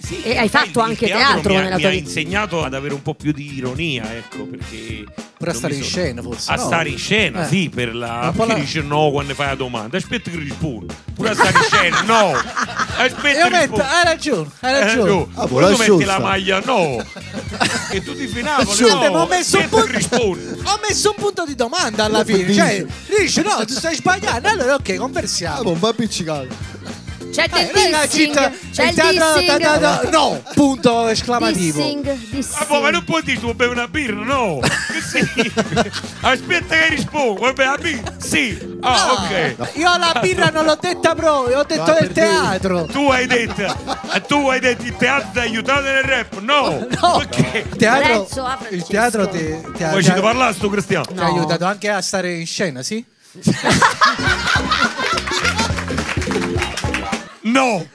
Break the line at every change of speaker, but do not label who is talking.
Sì,
E
poi
hai fatto
il- il
anche teatro
mi ha,
nella
mi
tua
ha
vita.
insegnato ad avere un po' più di ironia, ecco, perché
Per
non
stare
mi
in
sono-
scena, forse.
a
no?
stare in scena,
Eh.
sì, per la
Un po'
perché
la-
dice no quando fai la domanda, aspetta che rispondo. Pure a stare in scena, no.
E
Aspetta
io
che
metto,
rispondo.
hai ragione, hai
Eh,
ragione.
no.
Ah,
Poi
la
tu metti
sciolta.
la maglia no e tu ti finavo
Sì, ma
no
ho messo un
aspetta che
punto-
rispondi
Ho messo un punto di domanda alla fine. Cioè, dice no, tu stai sbagliando. Allora, ok,
Ah,
conversiamo.
ma un po' appiccicato.
C'è del
Eh, ragazzi,
dissing,
ta-
c'è il
ta- ta- ta- ta- ta-
dissing,
no, punto esclamativo.
dissing, dissing.
Ah, boh, ma non puoi dire tu vuoi bere una birra no che sì aspetta che rispondo vuoi bere una birra sì ah ok
Io la birra non l'ho detta proprio, ho detto
No,
del
per dire.
teatro.
tu hai detto eh, tu hai detto il teatro ti ha aiutato nel rap no
No.
perché
Il teatro-
Lorenzo, ah,
il
Francesco.
teatro ti, ti ha-
poi
ti
ci
ha-
devo parlare sto Cristiano
ti
No.
ha aiutato anche a stare in scena, sì?
no